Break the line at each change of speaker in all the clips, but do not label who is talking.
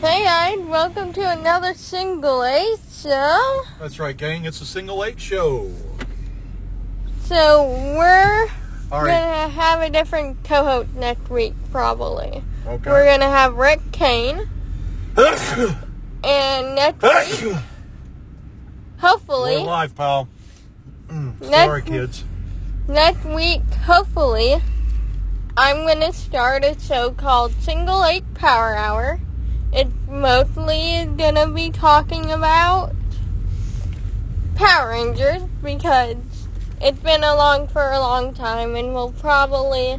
Hey, I welcome to another single eh? eight show.
That's right, gang. It's a single eight show.
So we're
All right.
gonna have a different co-host next week, probably.
Okay.
We're gonna have Rick Kane, and next week,
We're
hopefully,
live, pal. Mm,
Next-
Sorry, kids.
next week, hopefully, I'm gonna start a show called Single Eight Power Hour. It's mostly gonna be talking about Power Rangers because it's been along for a long time, and we'll probably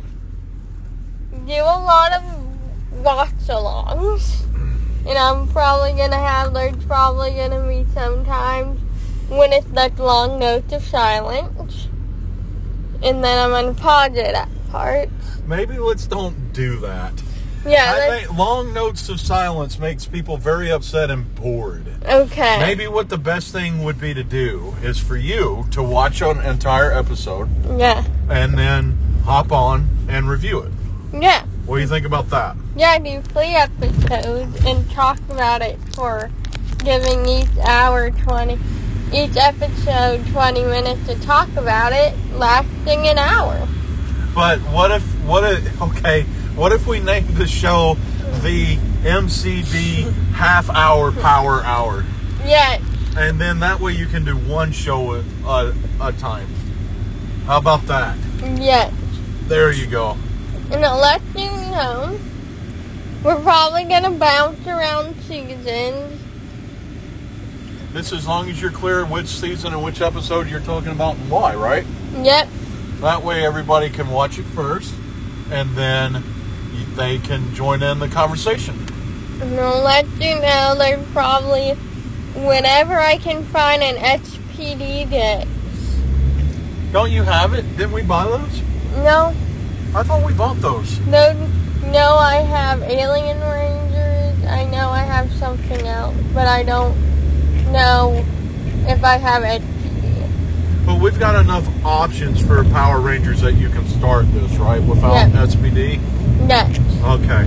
do a lot of watch alongs. And I'm probably gonna have there's probably gonna be sometimes when it's like long notes of silence. And then I'm gonna pause it at part.
Maybe let's don't do that.
Yeah,
I
that's,
think long notes of silence makes people very upset and bored.
okay.
Maybe what the best thing would be to do is for you to watch an entire episode
Yeah.
and then hop on and review it.
Yeah.
What do you think about that?
Yeah, do three episodes and talk about it for giving each hour 20, each episode 20 minutes to talk about it, lasting an hour.
But what if what if okay? What if we named the show the MCB Half Hour Power Hour,
Yeah,
and then that way you can do one show a, a, a time. How about that?
yeah.
There you go.
And I'll let you know, we're probably gonna bounce around seasons.
This as long as you're clear which season and which episode you're talking about and why, right?
Yep,
That way everybody can watch it first, and then y- they can join in the conversation.
and I'll let you know there's probably whenever I can find an SPD day.
Don't you have it? Didn't we buy those?
No,
I thought we bought those.
no, no. I have Alien Rangers. I know I have something else, but I don't know if I have SPD.
But we've got enough options for Power Rangers that you can start this, right? Without
Yeah.
SPD?
Next.
Okay.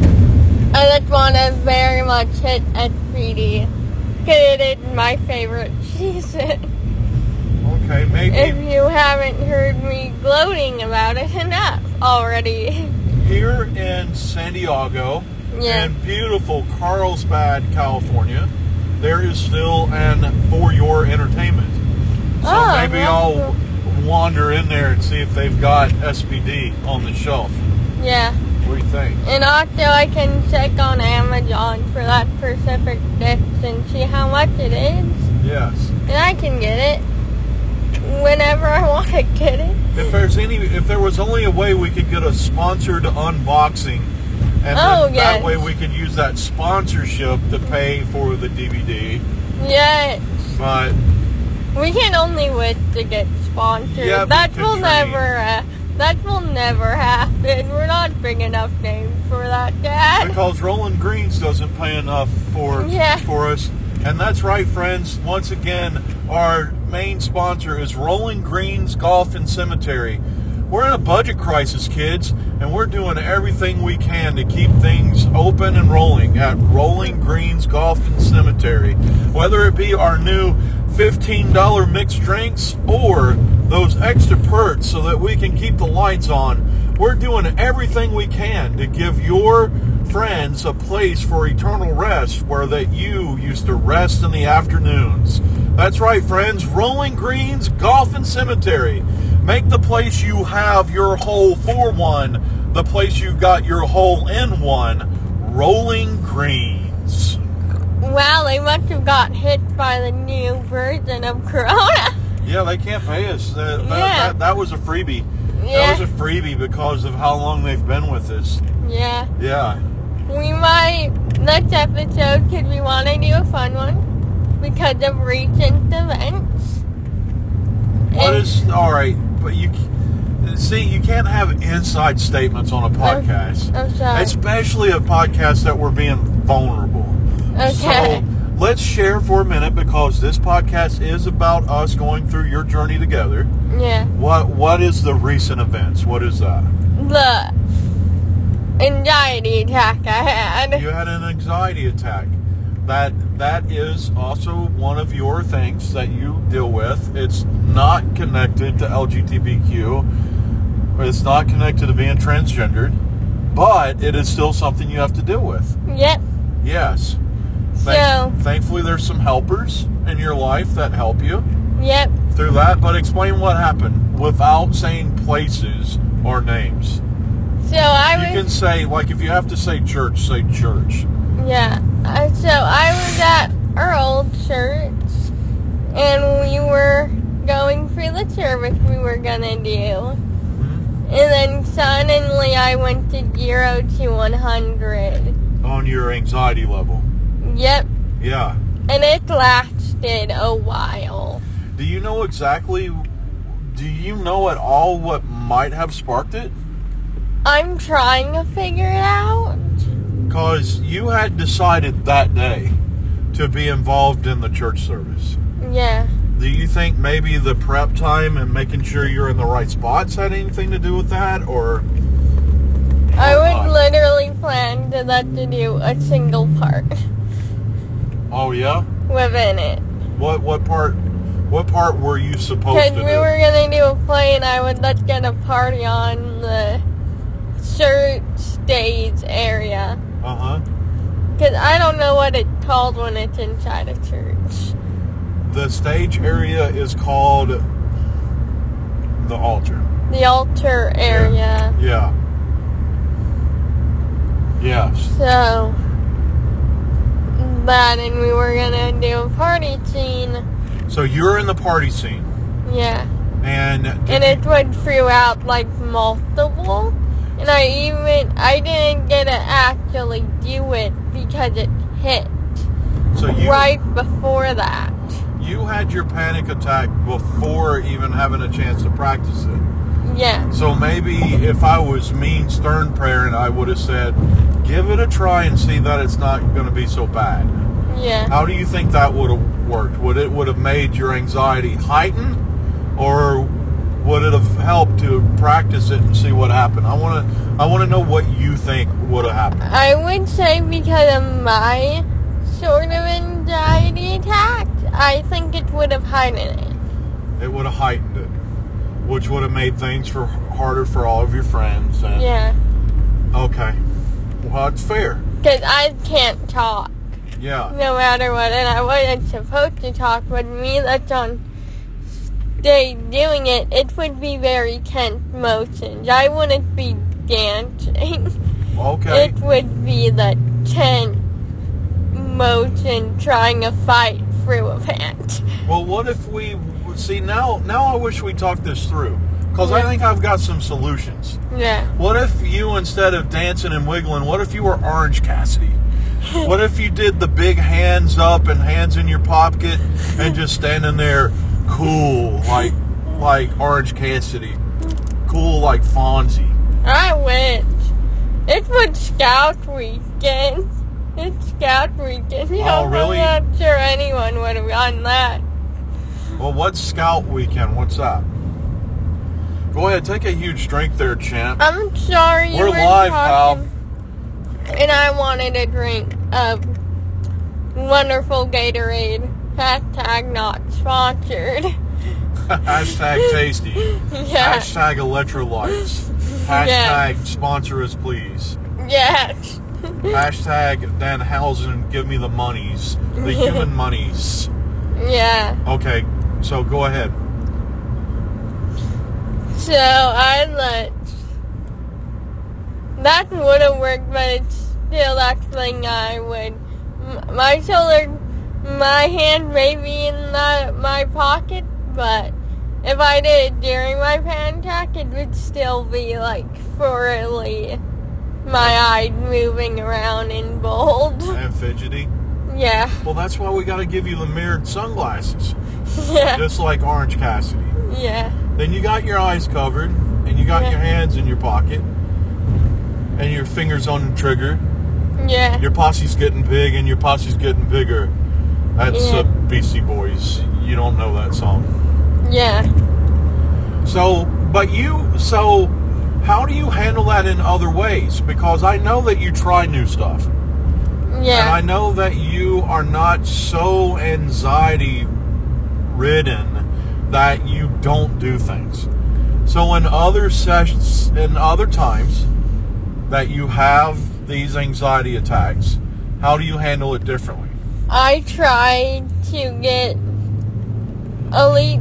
I just want to very much hit SPD. 'cause it is my favorite season.
Okay,
If
maybe
you haven't heard me gloating about it enough already.
here in San Diego,
Yeah.
in beautiful Carlsbad, California, there is still an for your entertainment. So
Oh,
maybe
that's
I'll
cool.
wander in there and see if they've got SPD on the shelf.
Yeah.
What do you think?
And also, I can check on Amazon for that Pacific Dix and see how much it is.
Yes.
And I can get it whenever I want to get it.
If there's any, if there was only a way we could get a sponsored unboxing, and
Oh,
then that
yes.
way we could use that sponsorship to pay for the DVD.
Yeah.
But
We can only wish to get sponsored.
Yeah, but
that
you
will
could
never. Uh, that will never happen. We're not big enough names for that, Dad.
because Rolling Greens doesn't pay enough for
Yeah.
for us, and that's right, friends. Once again, our main sponsor is Rolling Greens Golf and Cemetery. We're in a budget crisis, kids, and we're doing everything we can to keep things open and rolling at Rolling Greens Golf and Cemetery. Whether it be our new $15 mixed drinks or those extra perks so that we can keep the lights on, we're doing everything we can to give your friends a place for eternal rest where that you used to rest in the afternoons. That's right, friends. Rolling Greens Golf and Cemetery. Make the place you have your hole for one, the place you got your hole in one. Rolling Greens.
Wow, they must have got hit by the new version of Corona.
Yeah, they can't pay us. That, that,
Yeah.
that, that was a freebie.
Yeah.
That was a freebie because of how long they've been with us.
Yeah,
Yeah.
we might next episode because we want to do a fun one because of recent events.
What
And-
is all right? But you see, you can't have inside statements on a podcast,
I'm sorry.
especially a podcast that we're being vulnerable.
Okay.
So let's share for a minute because this podcast is about us going through your journey together.
yeah.
What What is the recent events? What is that?
the anxiety attack I had.
You had an anxiety attack. That that is also one of your things that you deal with. It's not connected to LGBTQ. It's not connected to being transgendered, but it is still something you have to deal with.
Yep.
Yes.
So-
thankfully, there's some helpers in your life that help you
Yep.
through that. But explain what happened without saying places or names.
So I was.
you can say like if you have to say church, say church.
Yeah. I, so I was at Earl Church, and we were going through the service we were gonna do, and then suddenly I went to zero to one hundred.
on your anxiety level.
Yep.
Yeah.
And it lasted a while.
Do you know exactly? Do you know at all what might have sparked it?
I'm trying to figure it out.
Because you had decided that day to be involved in the church service.
Yeah.
Do you think maybe the prep time and making sure you're in the right spots had anything to do with that, or?
I
or
would
not?
literally plan to let to do a single part
Oh yeah.
within it.
What what part? What part were you supposed
Because
to
we
do?
were gonna do a play, and I would let's get a party on the church stage area.
uh huh.
Because I don't know what it's called when it's inside a church.
The stage area is called the altar.
The altar area.
Yeah. Yes.
So that, and we were gonna do a party scene.
So you're in the party scene,
Yeah.
and
and it went throughout like multiple. And I even I didn't get to actually do it because it hit
so you
right before that.
you had your panic attack before even having a chance to practice it.
Yeah,
So maybe if I was mean stern prayer and I would have said, "Give it a try and see that it's not going to be so bad."
yeah.
How do you think that would have worked? Would it would have made your anxiety heighten, or would it have helped to practice it and see what happened? I want to I want to know what you think would have happened.
I would say because of my sort of anxiety attack, I think it would have heightened it.
It would have heightened it, which would have made things for harder for all of your friends. And,
Yeah,
Okay. Well, it's fair.
because I can't talk
Yeah.
no matter what, and I wasn't supposed to talk. But me that's on stage doing it, it would be very tense motions. I wouldn't be dancing.
Okay.
It would be the tense motion trying to fight through a pant.
Well, what if we see now? Now I wish we talked this through because I think I've got some solutions.
Yeah.
What if you, instead of dancing and wiggling, what if you were Orange Cassidy? What if you did the big hands up and hands in your pocket and just standing there cool like like Orange Cassidy, cool like Fonzie?
I wish. It was Scout Weekend. It's Scout Weekend. You know,
Oh, really?
I'm not sure anyone would have gotten that.
Well, what's Scout Weekend? What's that? Go ahead, take a huge drink there, champ.
I'm sorry you
We're
were
live,
talking. And I wanted a drink of wonderful Gatorade. Hashtag not sponsored.
Hashtag tasty.
Yeah.
Hashtag electrolytes.
Yeah.
Hashtag sponsor us, please.
Yes.
Hashtag Dan Housen, give me the monies. The human monies.
Yeah.
Okay, so go ahead.
So I let that would have worked, but it's still that thing I would. m- My shoulder, my hand may be in the, my pocket, but if I did it during my panic attack, it would still be like furrowly. My eye moving around in bold.
And fidgety.
Yeah,
Well, that's why we got to give you the mirrored sunglasses,
yeah,
just like Orange Cassidy.
yeah,
Then you got your eyes covered, and you got your hands in your pocket, and your fingers on the trigger.
yeah.
Your posse's getting big, and your posse's getting bigger. That's
Yeah.
uh, Beastie Boys. You don't know that song.
Yeah.
So, but you, so How do you handle that in other ways? Because I know that you try new stuff. And I
Yeah.
know that you are not so anxiety ridden that you don't do things. So in other sessions, in other times that you have these anxiety attacks, how do you handle it differently?
I try to get Elite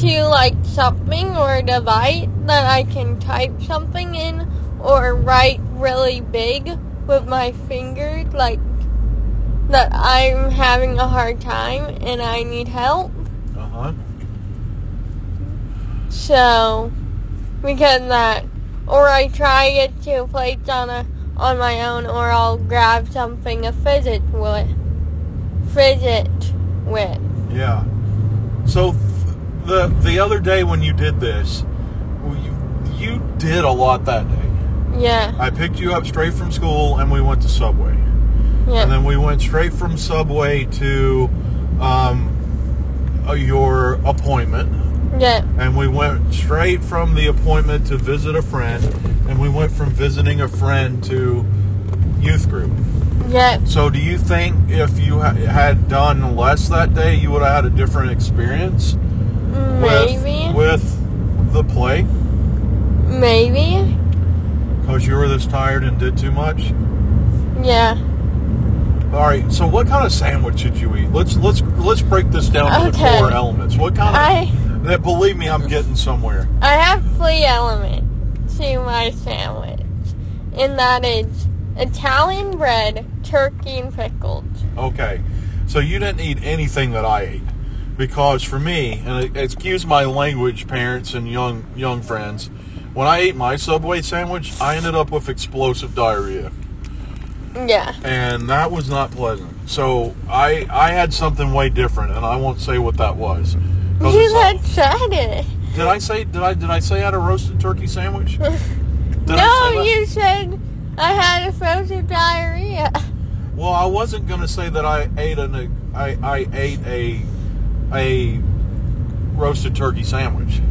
to like something or a device that I can type something in or write really big with my fingers, like that I'm having a hard time and I need help.
Uh huh.
So, because that, or I try it to plates on a on my own, or I'll grab something a fidget with, fidget with.
Yeah. So th- the the other day when you did this, well, you you did a lot that day.
Yeah,
I picked you up straight from school and we went to Subway.
yeah,
And then we went straight from Subway to um, uh, your appointment.
yeah,
And we went straight from the appointment to visit a friend. And we went from visiting a friend to youth group.
yeah.
So, do you think if you ha- had done less that day, you would have had a different experience
Maybe,
with, with the play?
maybe,
Because you were this tired and did too much?
yeah.
All right. So, what kind of sandwich did you eat? Let's let's let's break this down to the
Okay.
core elements. What kind of?
I
that, believe me, I'm getting somewhere.
I have three elements to my sandwich, and that is Italian bread, turkey, and pickles.
Okay. So you didn't eat anything that I ate, because for me, and excuse my language, parents and young young friends, when I ate my Subway sandwich, I ended up with explosive diarrhea,
Yeah,
and that was not pleasant. So I I had something way different, and I won't say what that was. 'Cause
you
it's-
had said it.
Did I say did I did I say I had a roasted turkey sandwich? Did I say
no,
that?
you said I had a frozen diarrhea.
Well, I wasn't gonna say that I ate an I, I ate a a roasted turkey sandwich,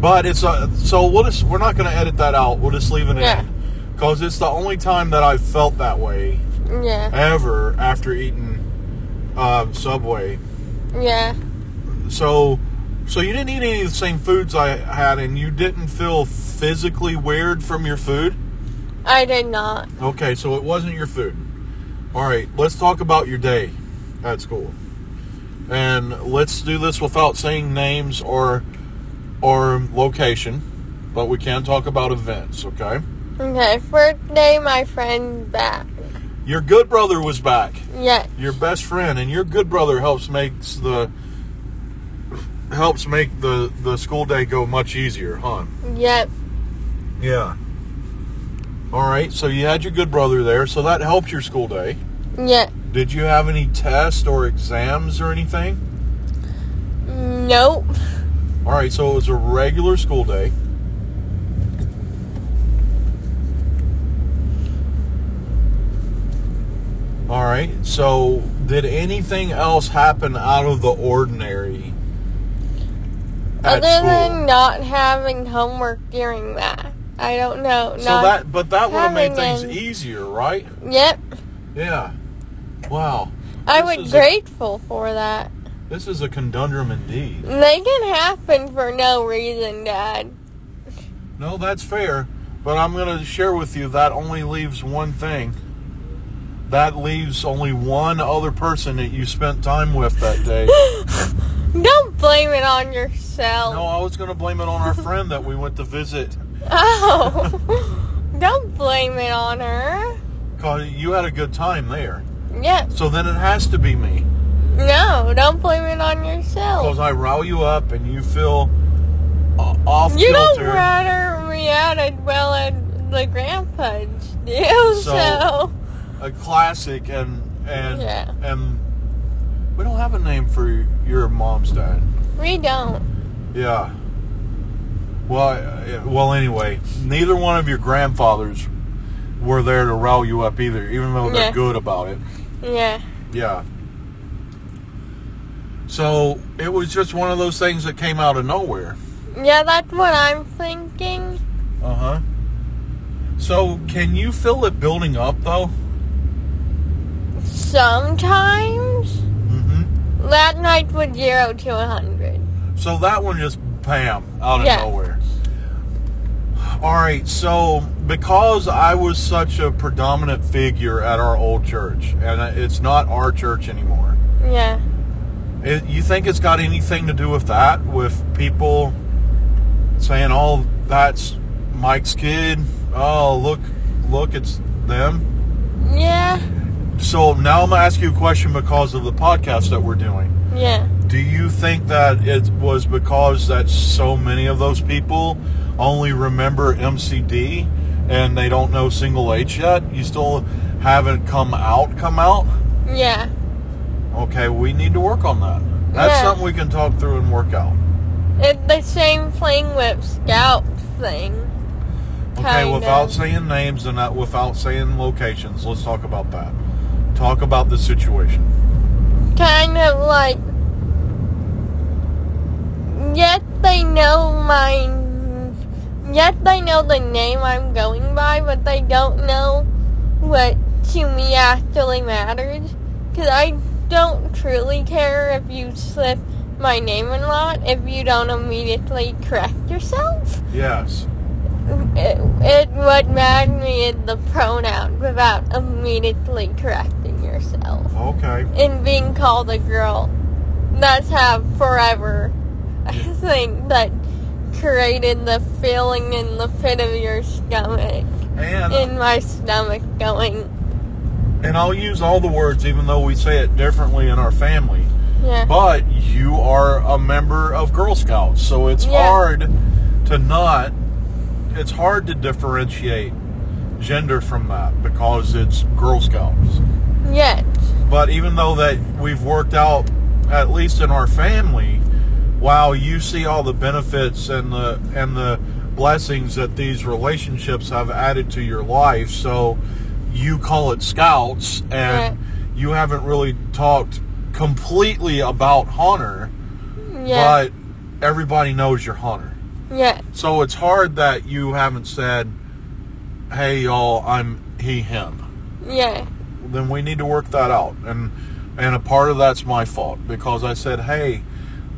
but it's a, so we'll just we're not gonna edit that out. We'll just leave it
Yeah.
in because it's the only time that I've felt that way
Yeah,
ever after eating um, Subway.
yeah,
So so you didn't eat any of the same foods I had, and you didn't feel physically weird from your food.
I did not.
Okay, so it wasn't your food. All right, let's talk about your day at school, and let's do this without saying names or or location, but we can talk about events. Okay,
Okay, first day my friend back.
your good brother was back,
Yeah,
your best friend, and your good brother helps makes the helps make the the school day go much easier, huh?
yeah,
Yeah. All right, so you had your good brother there, so that helped your school day.
yeah.
Did you have any tests or exams or anything?
Nope.
All right, so it was a regular school day. All right, so did anything else happen out of the ordinary at
Other
school?
than not having homework during that, I don't know.
so
not,
that, but that would have made
having
things
any.
easier, right?
Yep.
Yeah. Wow.
I
This
was
is a-
grateful for that.
This is a conundrum indeed.
They can happen for no reason, Dad.
No, that's fair. But I'm going to share with you that only leaves one thing. That leaves only one other person that you spent time with that day.
Don't blame it on yourself.
no, I was going to blame it on our friend that we went to visit.
Oh, don't blame it on her.
Cause you had a good time there.
Yeah,
So then it has to be me.
no, don't blame it on
Because
yourself.
I rile you up and you feel uh, off
You don't
kilter.
rather me out as well as the grandpas do,
So-
so.
a classic and and
Yeah.
and we don't have a name for your mom's dad.
we don't.
Yeah. Well, I- well. Anyway, neither one of your grandfathers were there to rile you up either, even though they're
Yeah.
good about it.
Yeah,
Yeah. So it was just one of those things that came out of nowhere.
yeah, that's what I'm thinking.
Uh huh. So, can you feel it building up though?
Sometimes
Mm-hmm.
that night was zero to a hundred.
So that one just bam out of
Yeah.
nowhere. All right. So because I was such a predominant figure at our old church, and it's not our church anymore.
Yeah.
It, you think it's got anything to do with that? With people saying, "Oh, that's Mike's kid." Oh, look, look, it's them.
Yeah.
So now I'm gonna ask you a question because of the podcast that we're doing.
Yeah.
Do you think that it was because that so many of those people only remember MCD and they don't know Single H yet? You still haven't come out, come out?
Yeah.
Okay, we need to work on that. That's
Yeah.
something we can talk through and work out.
It's the same thing with Scout thing.
Okay,
Kind
without
of.
saying names and not without saying locations, let's talk about that. Talk about the situation.
Kind of like. Yes, they know my. Yes, they know the name I'm going by, but they don't know what to me actually matters. Because I don't truly care if you slip my name a lot if you don't immediately correct yourself.
Yes.
It, it what mad me is the pronoun without immediately correcting yourself
Okay.
and being called a girl. That's how forever I think that created the feeling in the pit of your stomach,
And
in my stomach, going,
and I'll use all the words even though we say it differently in our family.
yeah,
But you are a member of Girl Scouts, so it's
Yeah.
hard to not it's hard to differentiate gender from that because it's Girl Scouts.
yes,
But even though that we've worked out, at least in our family, wow, you see all the benefits and the and the blessings that these relationships have added to your life. So you call it scouts,
Right.
and you haven't really talked completely about Hunter,
yeah,
but everybody knows you're Hunter.
yeah,
So it's hard that you haven't said, "Hey, y'all, I'm he him."
yeah,
then we need to work that out. And and a part of that's my fault because I said, hey,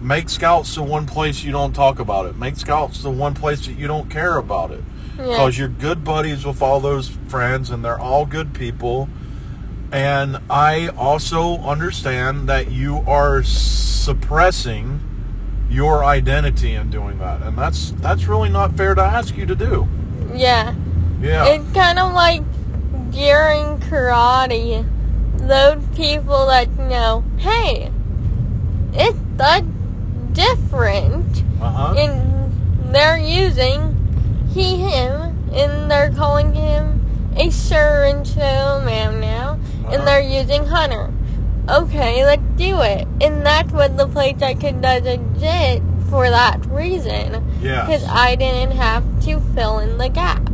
make scouts the one place you don't talk about it. Make scouts the one place that you don't care about it.
yeah,
Because you're good buddies with all those friends and they're all good people. And I also understand that you are suppressing your identity in doing that. And that's that's really not fair to ask you to do.
yeah.
Yeah.
It's kind of like during karate, those people that know, hey, it's that different,
uh-huh.
and they're using he, him, and they're calling him a sir and so ma'am now,
Uh-huh.
and they're using Hunter. Okay, let's do it. And that's what the place I could does exist for that reason. Because
yes.
I didn't have to fill in the gaps.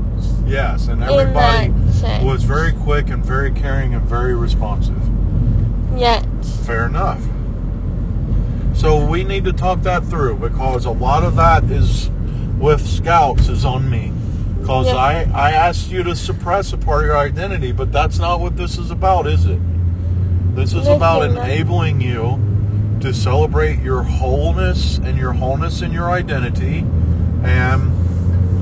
Yes. And
in
everybody
that sense.
was very quick and very caring and very responsive.
Yes.
Fair enough. So we need to talk that through because a lot of that is with scouts is on me. Because
Yeah.
I, I asked you to suppress a part of your identity, but that's not what this is about, is it? This is
Listen,
about
uh,
enabling you to celebrate your wholeness and your wholeness and your identity. And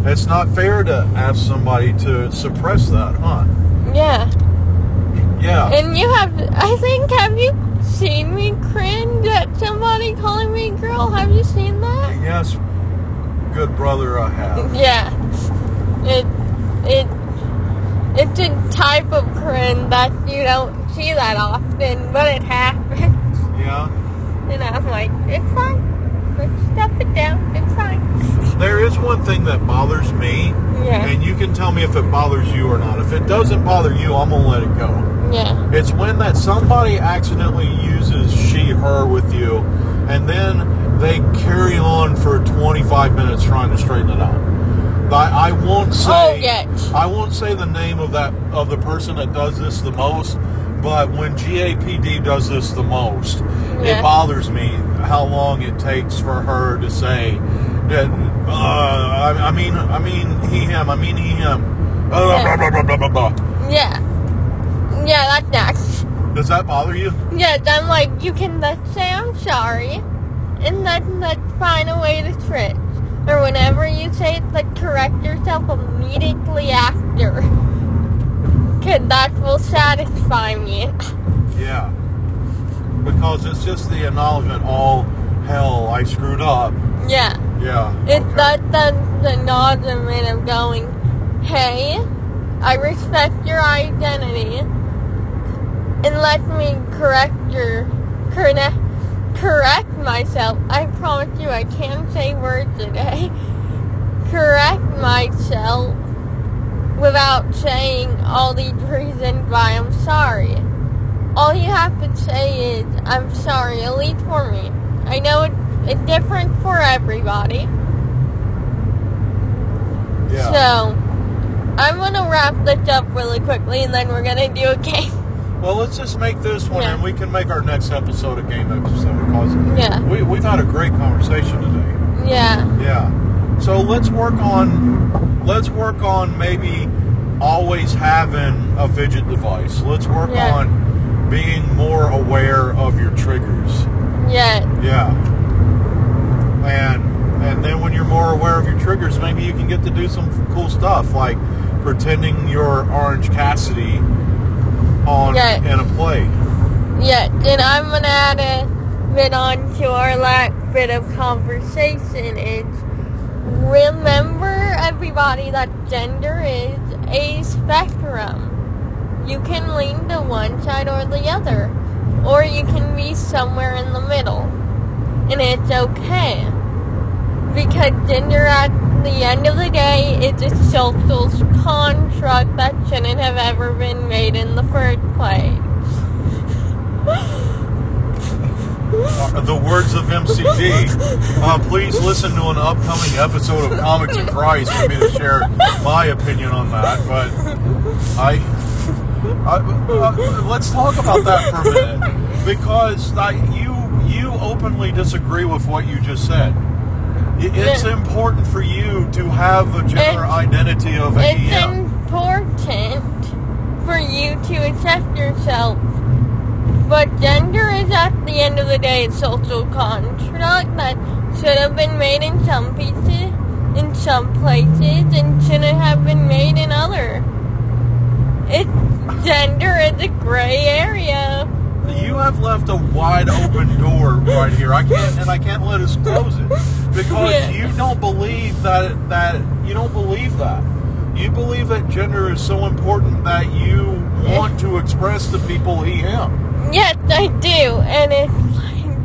it's not fair to ask somebody to suppress that, huh?
Yeah.
Yeah.
And you have, I think, have you seen me cringe at somebody calling me girl? Have you seen that?
Yes, good brother, I have.
Yeah. It, it, it's a type of cringe that you don't see that often, but it happens.
Yeah.
And I'm like, it's fine. Let's step it down. It's fine.
There is one thing that bothers me,
Yeah.
and you can tell me if it bothers you or not. If it doesn't bother you, I'm gonna let it go.
Yeah.
It's when that somebody accidentally uses she, her with you, and then they carry on for 25 minutes trying to straighten it out. I, I won't say.
Oh, yes.
I won't say the name of that of the person that does this the most, but when GAPD does this the most,
Yeah.
it bothers me how long it takes for her to say, That uh, I, I mean, I mean he, him. I mean he, him. Blah,
Yeah.
blah, blah, blah, blah, blah, blah.
Yeah. Yeah, that's next.
Does that bother you?
Yeah, then like you can just say I'm sorry, and then like find a way to switch. Or whenever you say it, like correct yourself immediately after. Cause that will satisfy me.
Yeah. Because it's just the acknowledgement. All hell, I screwed up.
Yeah.
Yeah.
It's
okay.
that that's the acknowledgement of going, hey, I respect your identity, and let me correct your correct correct myself. I promise you, I can't say words today. Correct myself without saying all these reasons why I'm sorry. All you have to say is, I'm sorry, at least for me. I know it, it's different for everybody.
Yeah.
So, I'm gonna wrap this up really quickly, and then we're gonna do a game.
Well, let's just make this one,
Yeah.
and we can make our next episode a game episode because
Yeah.
we, we've had a great conversation today.
Yeah,
Yeah. So let's work on let's work on maybe always having a fidget device. Let's work
Yeah.
on being more aware of your triggers.
yeah,
Yeah. And and then when you're more aware of your triggers, maybe you can get to do some cool stuff like pretending you're Orange Cassidy on
Yeah.
in a play.
yeah. And I'm gonna add a bit on to our last bit of conversation is remember everybody that gender is a spectrum. You can lean to one side or the other, or you can be somewhere in the middle, and it's okay. because gender at the end of the day is a social construct that shouldn't have ever been made in the first place.
Uh, the words of MCD. Uh, please listen to an upcoming episode of Comics and Christ for me to share my opinion on that. But I, I uh, let's talk about that for a minute because like you you openly disagree with what you just said. I- It's
Yeah.
important for you to have a gender
It's-
identity of a E
It's
EM.
important for you to accept yourself. But gender is at the end of the day a social construct that should have been made in some pieces, in some places, and shouldn't have been made in other. It's gender is a gray area.
You have left a wide open door right here. I can't, and I can't let us close it because
Yeah.
you don't believe that that you don't believe that. You believe that gender is so important that you want to express to people he am.
Yes, I do, and it's like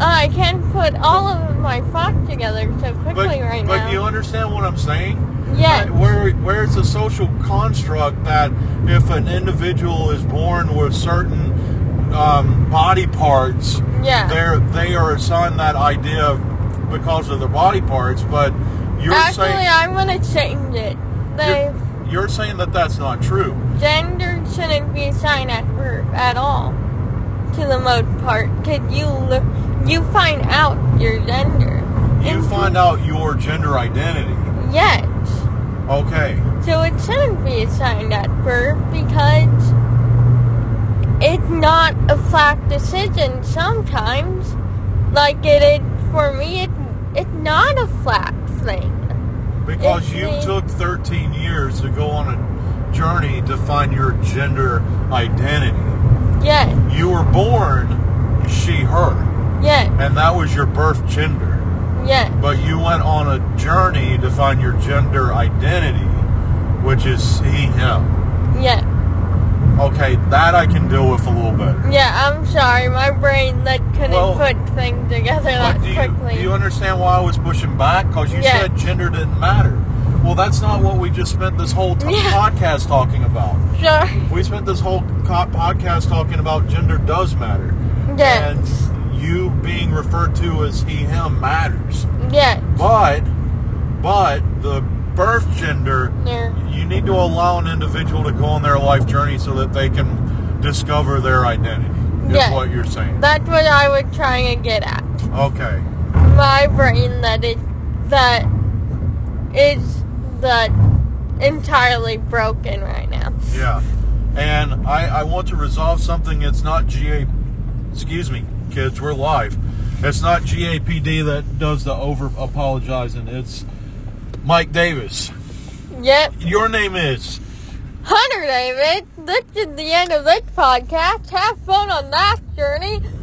I can't put all of my thoughts together so
But,
quickly right
but
now.
you understand what I'm saying?
yes.
Where where it's a social construct that if an individual is born with certain um, body parts,
Yeah.
they're they are assigned that idea because of their body parts, but you're
Actually,
saying
I'm gonna change it. The
you're, you're saying that that's not true.
gender shouldn't be assigned at birth at all, to the most part, because you look, you find out your gender.
You
And-
find out your gender identity.
Yes.
Okay.
So it shouldn't be assigned at birth because it's not a flat decision sometimes. Like it is for me, it it's not a flat thing.
Because you
It's me.
took 13 years to go on a journey to find your gender identity.
Yes,
You were born she her
yes,
and that was your birth gender.
yes.
But you went on a journey to find your gender identity, which is he him.
Yeah,
Okay, that I can deal with a little better.
yeah. I'm sorry, my brain that couldn't
Well,
put things together that
But do you,
Uh, quickly.
do you understand why I was pushing back? Because you
Yeah.
said gender didn't matter. Well, that's not what we just spent this whole t-
Yeah.
podcast talking about.
Sorry.
We spent this whole co- podcast talking about gender does matter.
Yeah,
And you being referred to as he, him matters.
yeah,
But, but the birth gender,
yeah,
you need to allow an individual to go on their life journey so that they can discover their identity. Is
Yeah.
what you're saying.
That's what I was trying to get at.
Okay.
My brain that is that is that entirely broken right now.
Yeah. And I, I want to resolve something. It's not GA. Excuse me, kids. We're live. It's not GAPD that does the over apologizing. It's Mike Davis.
Yep.
Your name is.
Hunter David, this is the end of this podcast. Have fun on that journey.